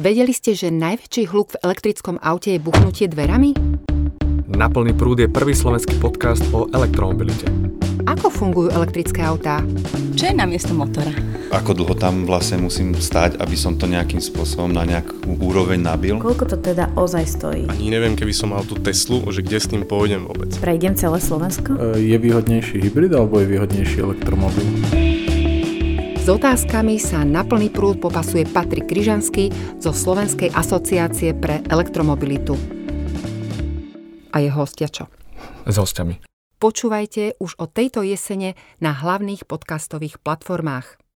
Vedeli ste, že najväčší hluk v elektrickom aute je buchnutie dverami? Na plný prúd je prvý slovenský podcast o elektromobilite. Ako fungujú elektrické autá? Čo je na miesto motora? Ako dlho tam vlastne musím stať, aby som to nejakým spôsobom na nejakú úroveň nabil? Koľko to teda ozaj stojí? Ani neviem, keby som mal tú Teslu, že kde s tým pôjdem vôbec. Prejdem celé Slovensko? E, Je výhodnejší hybrid alebo je výhodnejší elektromobil? S otázkami sa na plný prúd popasuje Patrik Kryžanský zo Slovenskej asociácie pre elektromobilitu. A je hostia čo? S hostiami. Počúvajte už od tejto jesene na hlavných podcastových platformách.